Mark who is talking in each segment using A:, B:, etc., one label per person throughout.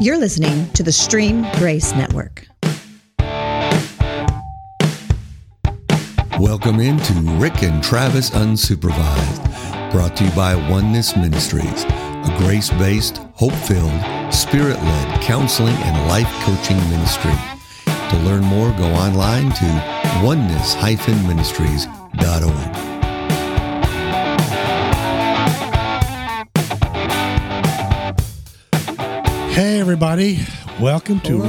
A: You're listening to the Stream Grace Network.
B: Welcome into Rick and Travis Unsupervised, brought to you by Oneness Ministries, a grace based, hope filled, spirit led counseling and life coaching ministry. To learn more, go online to oneness ministries.org.
C: Hey, everybody. Welcome to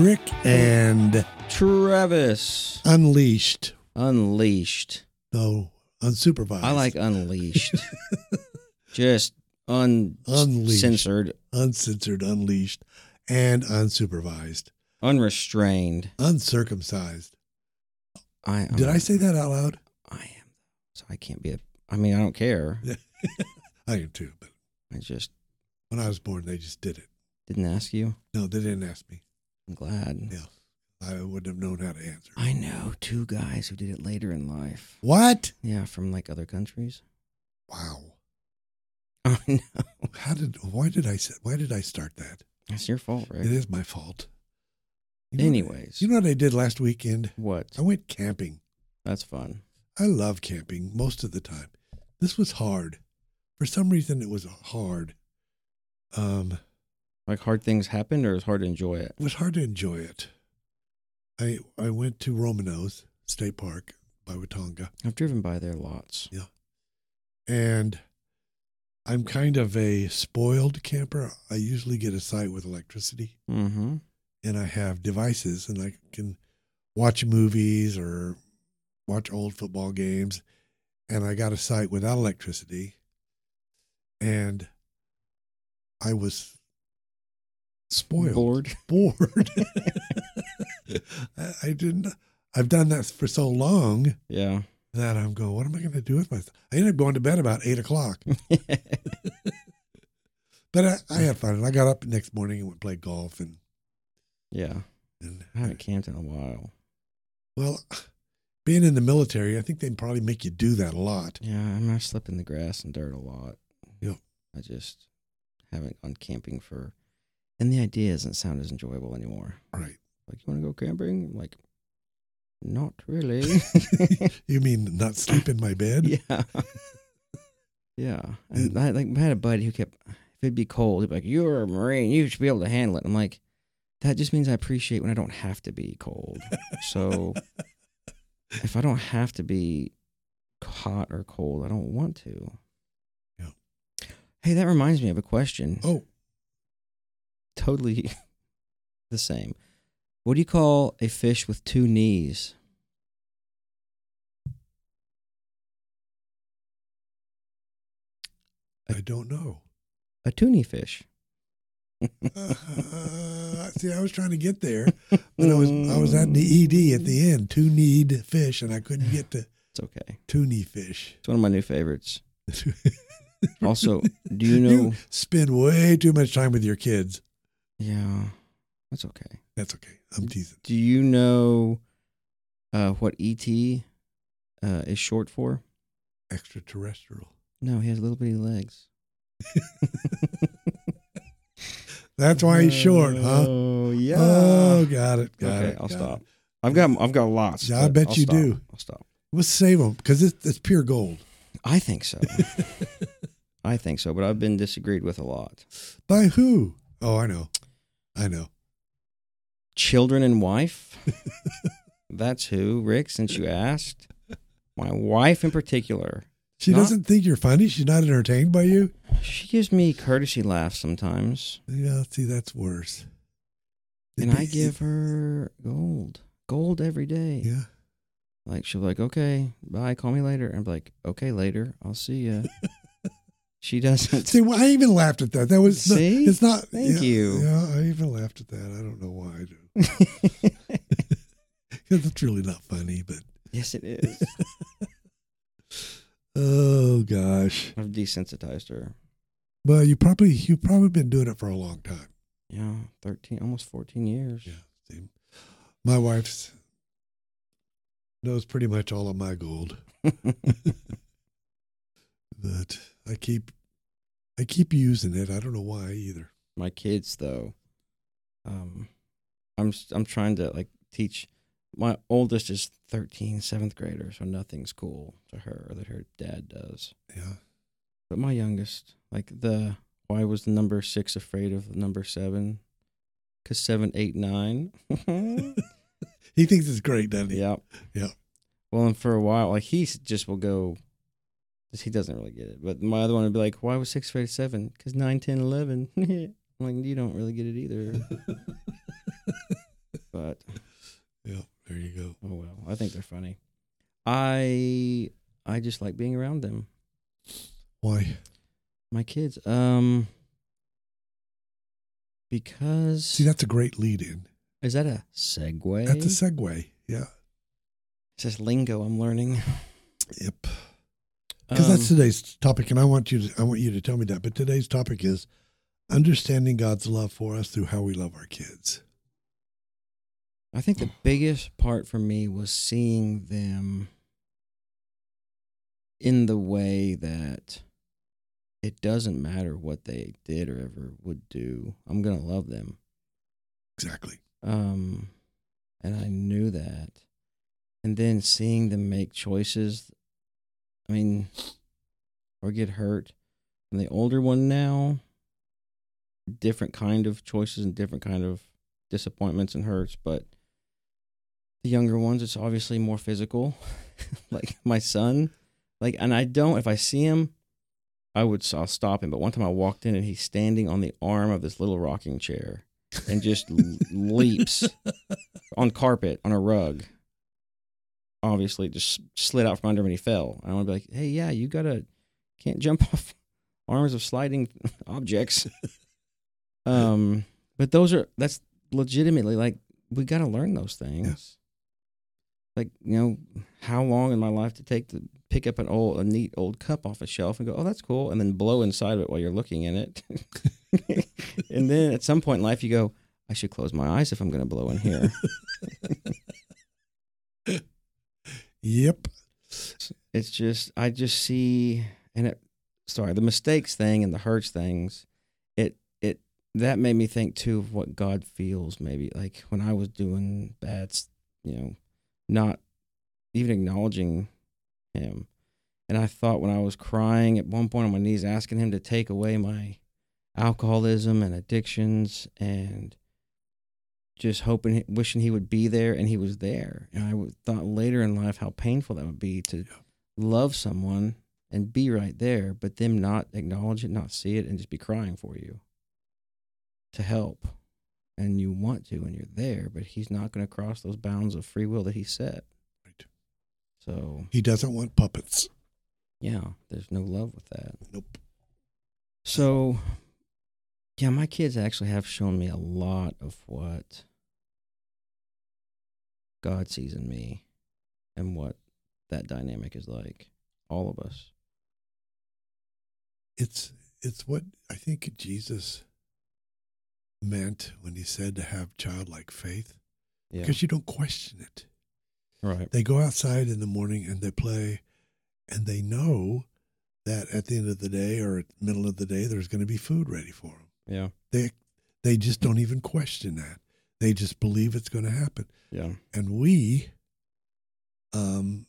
C: Rick and
D: Travis
C: Unleashed,
D: Unleashed.
C: though unsupervised.
D: I like Unleashed. Just
C: Unleashed.
D: uncensored,
C: uncensored, unleashed, and unsupervised,
D: unrestrained.
C: uncircumcised.
D: I I'm-
C: Did I say that out loud?
D: I am. So I can't be a. I mean, I don't care.
C: I am too, but
D: I just
C: when I was born, they just did it.
D: didn't ask you.
C: No, they didn't ask me.
D: I'm glad.
C: Yeah. I wouldn't have known how to answer.
D: I know two guys who did it later in life.
C: What?
D: Yeah, from like other countries.
C: Wow.
D: I know.
C: How did, why did I, say? why did I start that?
D: It's your fault, right?
C: It is my fault. You know what I-
D: Anyways,
C: you know what I did last weekend?
D: what?
C: I went camping.
D: That's fun.
C: I love camping most of the time. This was hard. For some reason, it was hard. Um,
D: Like hard things happened, or it's hard to enjoy it.
C: it was hard to enjoy it. I I went to Romanos State Park by Watonga,
D: I've driven by there lots.
C: and I'm kind of a spoiled camper. I usually get a site with electricity,
D: Mm-hmm.
C: and I have devices, and I can watch movies or watch old football games. And I got a site without electricity, and I was spoiled,
D: Bored.
C: bored. I, I didn't. I've done that for so long
D: Yeah.
C: that I'm going. What am I going to do with myself? I ended up going to bed about eight o'clock, but I, I had fun. And I got up the next morning and went and played golf and
D: yeah.
C: and
D: I haven't camped in a while.
C: Well, being in the military, I think they probably make you do that a lot.
D: Yeah, I mean, I slept in the grass and dirt a lot.
C: Yep.
D: I just haven't gone camping for, and the idea doesn't sound as enjoyable anymore.
C: Right.
D: Like, you want to go camping? I'm like, not really.
C: you mean not sleep in my bed?
D: yeah. Yeah. And I, like, I had a buddy who kept, if it'd be cold, he'd be like, you're a Marine. You should be able to handle it. I'm like, that just means I appreciate when I don't have to be cold. So if I don't have to be hot or cold, I don't want to.
C: Yeah.
D: Hey, that reminds me of a question.
C: Oh,
D: Totally the same. What do you call a fish with two knees?
C: I don't know.
D: A toonie fish.
C: Uh, see, I was trying to get there, but I was I was at
D: Mm.
C: the E ED at the end, two need fish, and I couldn't get to
D: It's okay.
C: two knee fish.
D: It's one of my new favorites. Also, do you know?
C: spend way too much time with your kids.
D: yeah, that's okay.
C: That's okay. I'm teasing.
D: Do you know uh, what ET uh, is short for?
C: Extraterrestrial.
D: No, he has little bitty legs.
C: That's why he's short, huh?
D: Oh yeah.
C: Oh, got it. Got
D: okay,
C: it.
D: I'll
C: got
D: stop.
C: It.
D: I've got I've got lots.
C: Yeah, I
D: but
C: bet
D: I'll
C: you
D: stop.
C: do.
D: I'll stop.
C: Let's save them because it's, it's pure gold.
D: I think so. I think so, but I've been disagreed with a lot.
C: By who? Oh, I know. I know.
D: Children and wife. That's who, Rick. Since you asked, my wife in particular.
C: She
D: Not-
C: doesn't think you're funny. She's not entertained by you.
D: She gives me courtesy laughs sometimes,
C: Yeah, see, that's worse.
D: and I give her gold, gold every day.
C: Yeah.
D: Like she'll be like, "Okay, bye, call me later," and I'm like, "Okay, later, I'll see ya." she doesn't.
C: See, well, I even laughed at that. That was.
D: See?
C: It's not.
D: Thank
C: yeah,
D: you.
C: Yeah, I even laughed at that. I don't know why I do. Because it's really not funny, but.
D: yes, it is.
C: Oh, gosh.
D: I've desensitized her.
C: Well, you probably you've probably been doing it for a long time.
D: Yeah, thirteen, almost fourteen years.
C: Yeah. See, my wife's knows pretty much all of my gold. but I keep I keep using it. I don't know why either.
D: My kids, though, um, I'm s- I'm trying to like teach. My oldest is 13, seventh grader, so nothing's cool to her that her dad does.
C: Yeah.
D: But my youngest, like the why was the number six afraid of number seven? Cause seven, eight, nine.
C: He thinks it's great, doesn't he?
D: Yep.
C: Yep.
D: Well, and for a while, like he just will go. just- He doesn't really get it, but my other one would be like, "Why was six afraid of seven? Because nine, ten, eleven. I'm like, "You don't really get it either." but
C: Yep. There you go.
D: oh well, I think they're funny. I I just like being around them.
C: Why?
D: My kids, um, because
C: See, that's a great lead in.
D: is that a segue?
C: That's a segue. Yeah.
D: it's just lingo I'm learning.
C: Yep. Because that's
D: Um,
C: today's topic, and I want you to I want you to tell me that. But today's topic is understanding God's love for us through how we love our kids.
D: I think the biggest part for me was seeing them in the way that it doesn't matter what they did or ever would do. I'm going to love them.
C: Exactly.
D: Um, and I knew that. And then seeing them make choices, I mean, or get hurt. And the older one now, different kind of choices and different kind of disappointments and hurts. But the younger ones, it's obviously more physical. like my son, like, and I don't, if I see him, I would, I'll stop him. But one time I walked in and he's standing on the arm of this little rocking chair and just l- leaps on carpet on a rug. Obviously, it just slid out from under him and he fell. I want to be like, hey, yeah, you gotta can't jump off arms of sliding objects. um, but those are that's legitimately like we gotta learn those things. Like you know, how long in my life to take to pick up an old a neat old cup off a shelf and go, oh, that's cool, and then blow inside of it while you're looking in it. and then at some point in life, you go, I should close my eyes if I'm going to blow in here.
C: Yep.
D: it's just I just see and it sorry, the mistakes thing and the hurts things, it it that made me think too of what God feels maybe like when I was doing bad s- you know, not even acknowledging him. And I thought when I was crying at one point on my knees asking him to take away my alcoholism and addictions and just hoping wishing he would be there and he was there and i would- thought later in life how painful that would be to love someone and be right there but them not acknowledge it not see it and just be crying for you to help and you want to and you're there but he's not going to cross those bounds of free will that he set
C: Right.
D: so
C: He doesn't want puppets.
D: yeah there's no love with that
C: Nope.
D: so, yeah, my kids actually have shown me a lot of what God sees in me and what that dynamic is like. All of us.
C: It's it's what I think Jesus meant when he said to have childlike faith
D: Yeah.
C: because you don't question it.
D: Right.
C: They go outside in the morning and they play, and they know that at the end of the day or at the middle of the day there's going to be food ready for them.
D: Yeah.
C: They they just don't even question that. They just believe it's going to happen.
D: Yeah.
C: And we um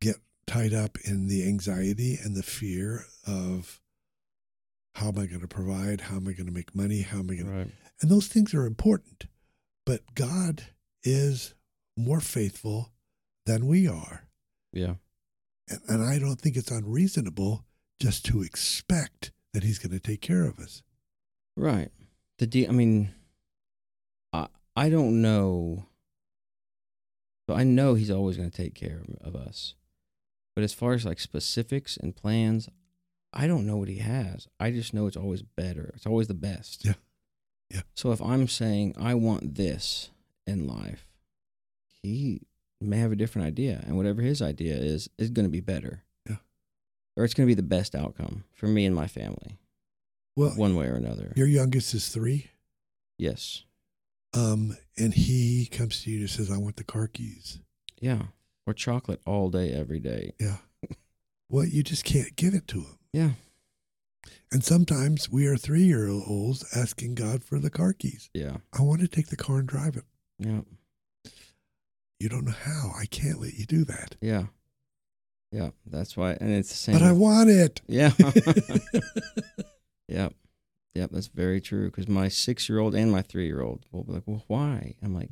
C: get tied up in the anxiety and the fear of how am I going to provide? How am I going to make money? How am I going to
D: Right.
C: and those things are important, but God is more faithful than we are.
D: Yeah.
C: And, and I don't think it's unreasonable just to expect that He's going to take care of us.
D: Right. The de- I mean, I I don't know, but I know he's always going to take care of us. But as far as like specifics and plans, I don't know what he has. I just know it's always better. It's always the best.
C: Yeah. Yeah.
D: So if I'm saying I want this in life, he may have a different idea, and whatever his idea is, is going to be better.
C: Yeah.
D: Or it's going to be the best outcome for me and my family,
C: Well,
D: one way or another.
C: your youngest is three,
D: Yes.
C: um, and he comes to you and says, I want the car keys.
D: Yeah. Or chocolate all day, every day.
C: Yeah. Well, you just can't give it to him.
D: Yeah.
C: And sometimes we are three year olds asking God for the car keys.
D: Yeah.
C: I want to take the car and drive it.
D: Yeah.
C: You don't know how. I can't let you do that.
D: Yeah. Yeah. That's why. And it's the same.
C: But I want it.
D: Yeah. yep. Yep. That's very true. Because my six year old and my three year old will be like, well, why? I'm like,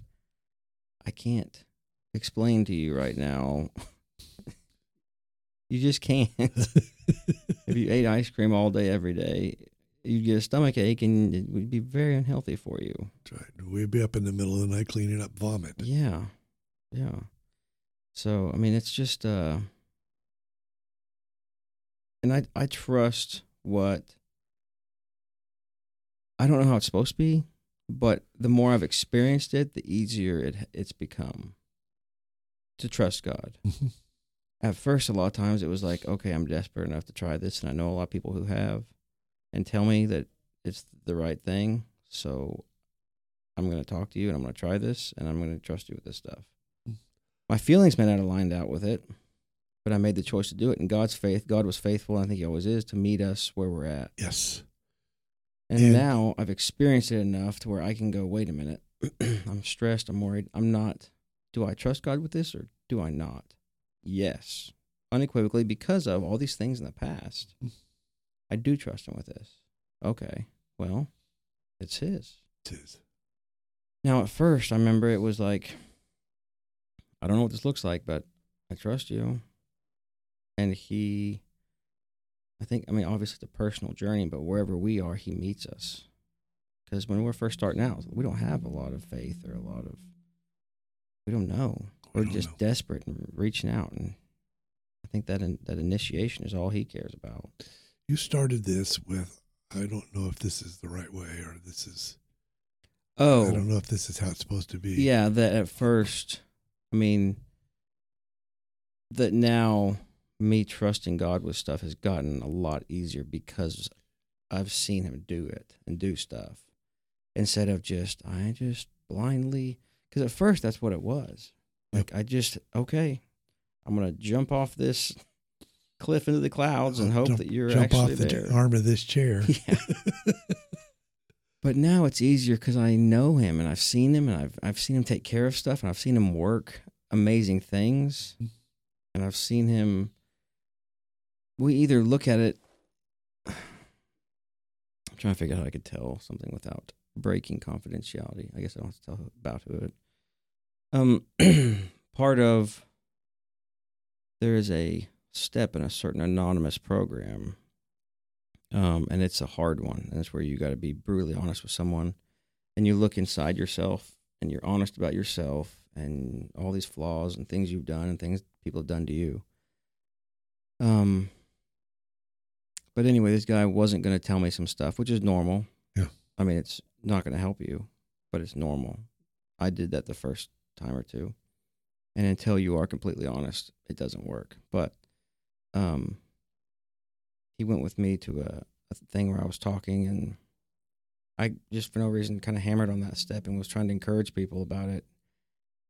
D: I can't explain to you right now. you just can't. if you ate ice cream all day, every day, you'd get a stomach ache and it would be very unhealthy for you.
C: That's right. We'd be up in the middle of the night cleaning up vomit.
D: Yeah. Yeah. So, I mean, it's just uh and I I trust what I don't know how it's supposed to be, but the more I've experienced it, the easier it it's become to trust God.
C: Mhm.
D: At first, a lot of times it was like, okay, I'm desperate enough to try this, and I know a lot of people who have, and tell me that it's the right thing, so I'm going to talk to you, and I'm going to try this, and I'm going to trust you with this stuff. My feelings may not have lined out with it, but I made the choice to do it. And God's faith, God was faithful, and I think He always is, to meet us where we're at.
C: Yes.
D: And
C: And-
D: now I've experienced it enough to where I can go, wait a minute, I'm stressed, I'm worried, I'm not. Do I trust God with this or do I not? Yes, unequivocally, because of all these things in the past, I do trust Him with this. Okay, well, it's His.
C: It is.
D: Now, at first, I remember it was like, I don't know what this looks like, but I trust you. And he, I think, I mean, obviously it's a personal journey, but wherever we are, he meets us. Because when we're first starting out, we don't have a lot of faith or a lot of, we don't know.
C: We
D: We're
C: don't
D: just
C: know.
D: desperate and reaching out. And I think that in, that initiation is all he cares about.
C: You started this with, I don't know if this is the right way or this is,
D: Oh,
C: I don't know if this is how it's supposed to be.
D: Yeah, that at first, I mean, that now me trusting God with stuff has gotten a lot easier because I've seen him do it and do stuff instead of just, I just blindly, because at first that's what it was. Like, I just, okay, I'm going to jump off this cliff into the clouds and hope
C: Jump-
D: that you're
C: Jump
D: actually
C: off the
D: there.
C: arm of this chair.
D: Yeah. but now it's easier because I know him and I've seen him and I've I've seen him take care of stuff and I've seen him work amazing things and I've seen him. We either look at it. I'm trying to figure out how I could tell something without breaking confidentiality. I guess I don't have to tell who- about who it. Um, part of there is a step in a certain anonymous program um, and it's a hard one. And it's where you got to be brutally honest with someone, and you look inside yourself, and you're honest about yourself and all these flaws and things you've done and things people have done to you. Um. But anyway, this guy wasn't going to tell me some stuff, which is normal.
C: Yeah.
D: I mean, it's not going to help you, but it's normal. I did that the first time or two, and until you are completely honest, it doesn't work. But, um, he went with me to a, a thing where I was talking and I just for no reason kind of hammered on that step and was trying to encourage people about it.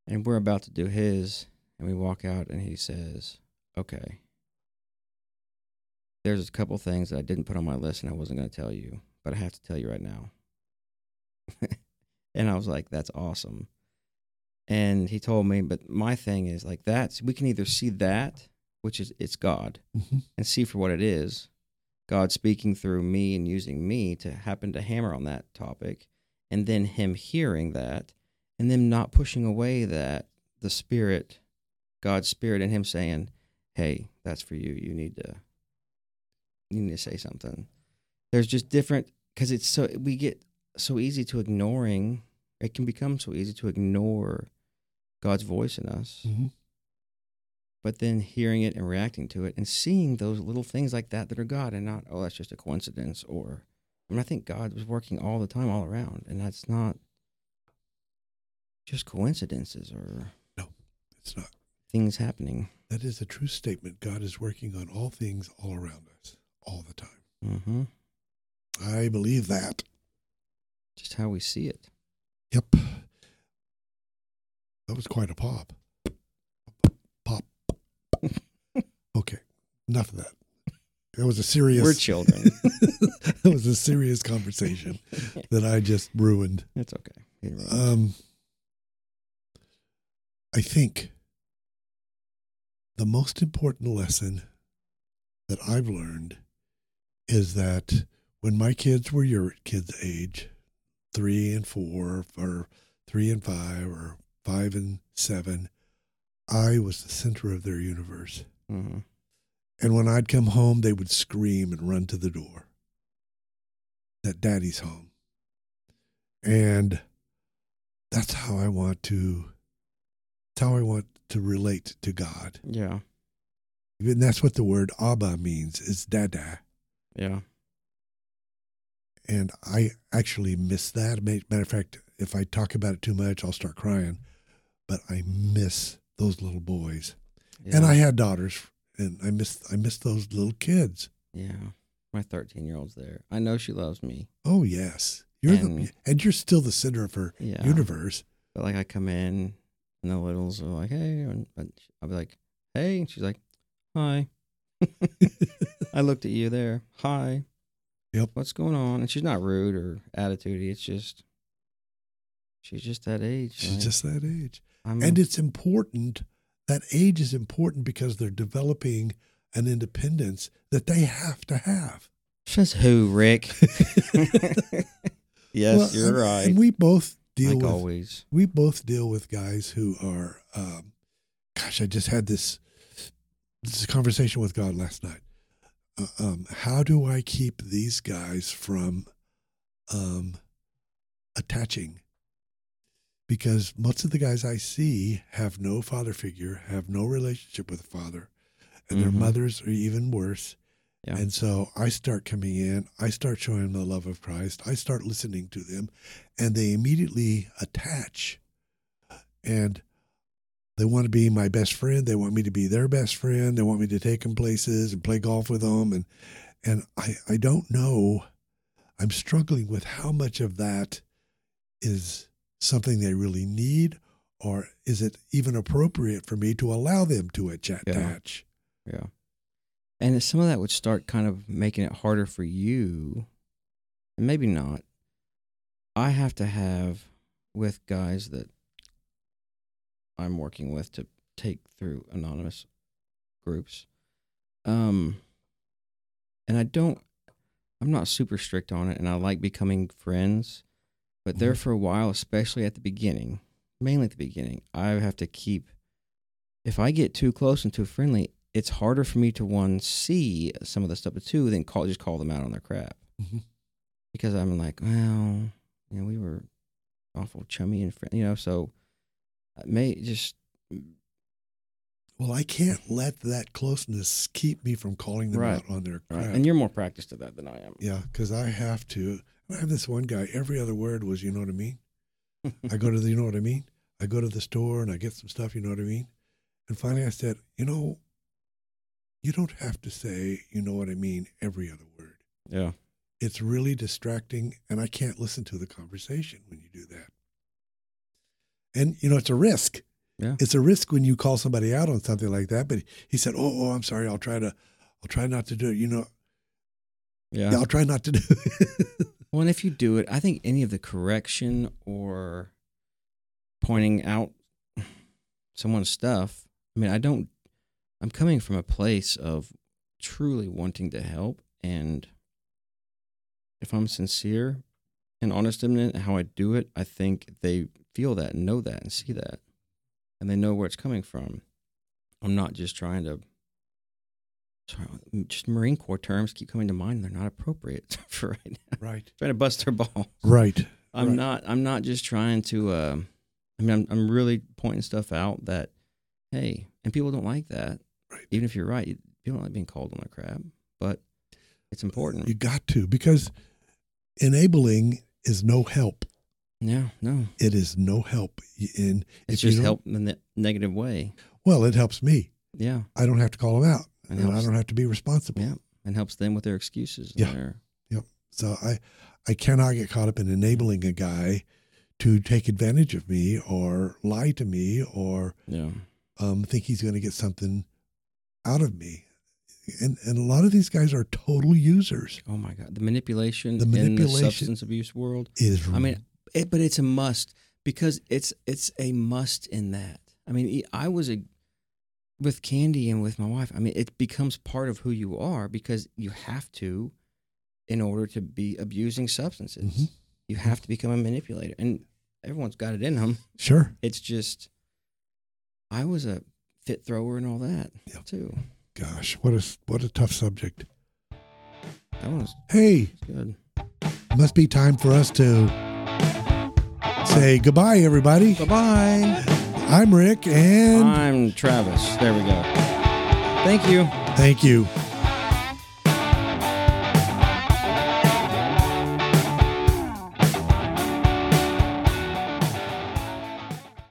D: And we're about to do his and we walk out and he says, "Okay. There's a couple things that I didn't put on my list and I wasn't going to tell you, but I have to tell you right now." and I was like, "That's awesome." And he told me, but my thing is like that's we can either see that, which is it's God,
C: Mhm.
D: and see for what it is God speaking through me and using me to happen to hammer on that topic, and then Him hearing that, and then not pushing away that the Spirit, God's Spirit, and Him saying, Hey, that's for you. You need to. You need to say something. There's just different because it's so we get so easy to ignoring. It can become so easy to ignore God's voice in us
C: Mhm.
D: but then hearing it and reacting to it and seeing those little things like that that are God and not, oh, that's just a coincidence. Or, I mean, I think God was working all the time, all around, and that's not just coincidences or
C: It's not.
D: things happening.
C: That is a true statement. God is working on all things all around us all the time.
D: Mm-hmm.
C: I believe that.
D: Just how we see it.
C: Yep. That was quite a pop. Pop. Okay. Enough of that. That was a serious.
D: We're children.
C: that was a serious conversation that I just ruined.
D: That's okay. You're right.
C: Um, I think the most important lesson that I've learned is that when my kids were your kids' age, three and four, or three and five, or five and seven, I was the center of their universe.
D: Mhm.
C: And when I'd come home, they would scream and run to the door that daddy's home. And that's how I want to, that's how I want to relate to God.
D: Yeah.
C: And that's what the word Abba means is dada.
D: Yeah.
C: And I actually miss that. Ma- Matter of fact, if I talk about it too much, I'll start crying. But I miss those little boys.
D: yeah.
C: And I had daughters, and I miss I miss those little kids.
D: Yeah. My 13 year old's there. I know she loves me.
C: Oh yes, you're the,
D: And-
C: and you're still the center of her
D: Yeah.
C: universe.
D: But like I come in and the littles are like, hey, and and sh- I'll be like, hey, and she's like, hi. I looked at you there. Hi.
C: Yep.
D: What's going on? And she's not rude or attitudey. It's just she's just that age.
C: She's
D: like,
C: just that age,
D: I'm,
C: and it's important. That age is important because they're developing an independence that they have to have.
D: says who, Rick? yes,
C: Well,
D: you're
C: and-
D: right.
C: And we both deal
D: like
C: with
D: always.
C: we both deal with guys who are um, gosh i just had this this conversation with god last night uh, um, how do i keep these guys from um, attaching because most of the guys i see have no father figure have no relationship with a father and their
D: Mhm.
C: mothers are even worse
D: Yeah.
C: and so i start coming in i start showing them the love of christ i start listening to them and they immediately attach and they want to be my best friend they want me to be their best friend they want me to take them places and play golf with them and and i i don't know i'm struggling with how much of that is something they really need or is it even appropriate for me to allow them to attach
D: Yeah. Yeah. And if some of that would start kind of making it harder for you, and maybe not. I have to have with guys that I'm working with to take through anonymous groups. Um, and I don't, I'm not super strict on it, and I like becoming friends. But there
C: Mhm.
D: for a while, especially at the beginning, mainly at the beginning, I have to keep if I get too close and too friendly, it's harder for me to one see some of the stuff, but two then call just call them out on their crap
C: Mhm.
D: because I'm like, well, you know, we were awful chummy and friendly, you know, so I may just
C: well i can't let that closeness keep me from calling them
D: Right.
C: out on their crap
D: right. And you're more practiced at that than I am.
C: Yeah, because I have to. I have this one guy. Every other word was, you know what I mean. I go to the, you know what I mean. I go to the store and I get some stuff, you know what I mean. And finally, I said, you know, you don't have to say, you know what I mean, every other word.
D: Yeah,
C: It's really distracting, and I can't listen to the conversation when you do that. And you know, it's a risk.
D: Yeah.
C: It's a risk when you call somebody out on something like that. But he said, "Oh, oh I'm sorry. I'll try to, I'll try not to do it. You know,
D: yeah.
C: yeah, I'll try not to do it."
D: Well, and if you do it, I think any of the correction or pointing out someone's stuff, I mean, I don't, I'm coming from a place of truly wanting to help. And if I'm sincere and honest in it, how I do it, I think they feel that and know that and see that. And they know where it's coming from. I'm not just trying to. Sorry, just Marine Corps terms keep coming to mind. They're not appropriate for right now
C: right.
D: trying to bust her ball.
C: Right.
D: I'm
C: Right.
D: not. I'm not just trying to. Uh, I mean, I'm, I'm really pointing stuff out that, hey, and people don't like that.
C: Right.
D: Even if you're right, you, people don't like being called on their crap, but it's important.
C: You got to because enabling is no help.
D: yeah. No.
C: It is no help. In
D: It's
C: if you
D: just
C: don't-
D: help in the negative way.
C: Well, it helps me.
D: Yeah.
C: I don't have to call them out,
D: And
C: and I
D: helps-
C: don't have to be responsible.
D: Yeah. And helps them with their excuses.
C: Yeah.
D: And their,
C: So I, I cannot get caught up in enabling a guy to take advantage of me or lie to me or
D: yeah.
C: um, think he's going to get something out of me. and, and a lot of these guys are total users.
D: Oh my God, the manipulation,
C: The
D: in the
C: manipulation.
D: substance abuse world.
C: It is
D: I mean, it, but it's a must because it's it's a must in that. I mean, e- I was a with Candy and with my wife. I mean, it becomes part of who you are because you have to in order to be abusing substances.
C: Mhm.
D: You have to become a manipulator, and everyone's got it in them.
C: sure.
D: It's just, I was a fit thrower and all that
C: Yep.
D: too.
C: Gosh, what a what a tough subject.
D: That one was
C: Hey,
D: good.
C: must be time for us to say goodbye, everybody.
D: Bye bye.
C: I'm Rick, and
D: I'm Travis. There we go. Thank you.
C: thank you.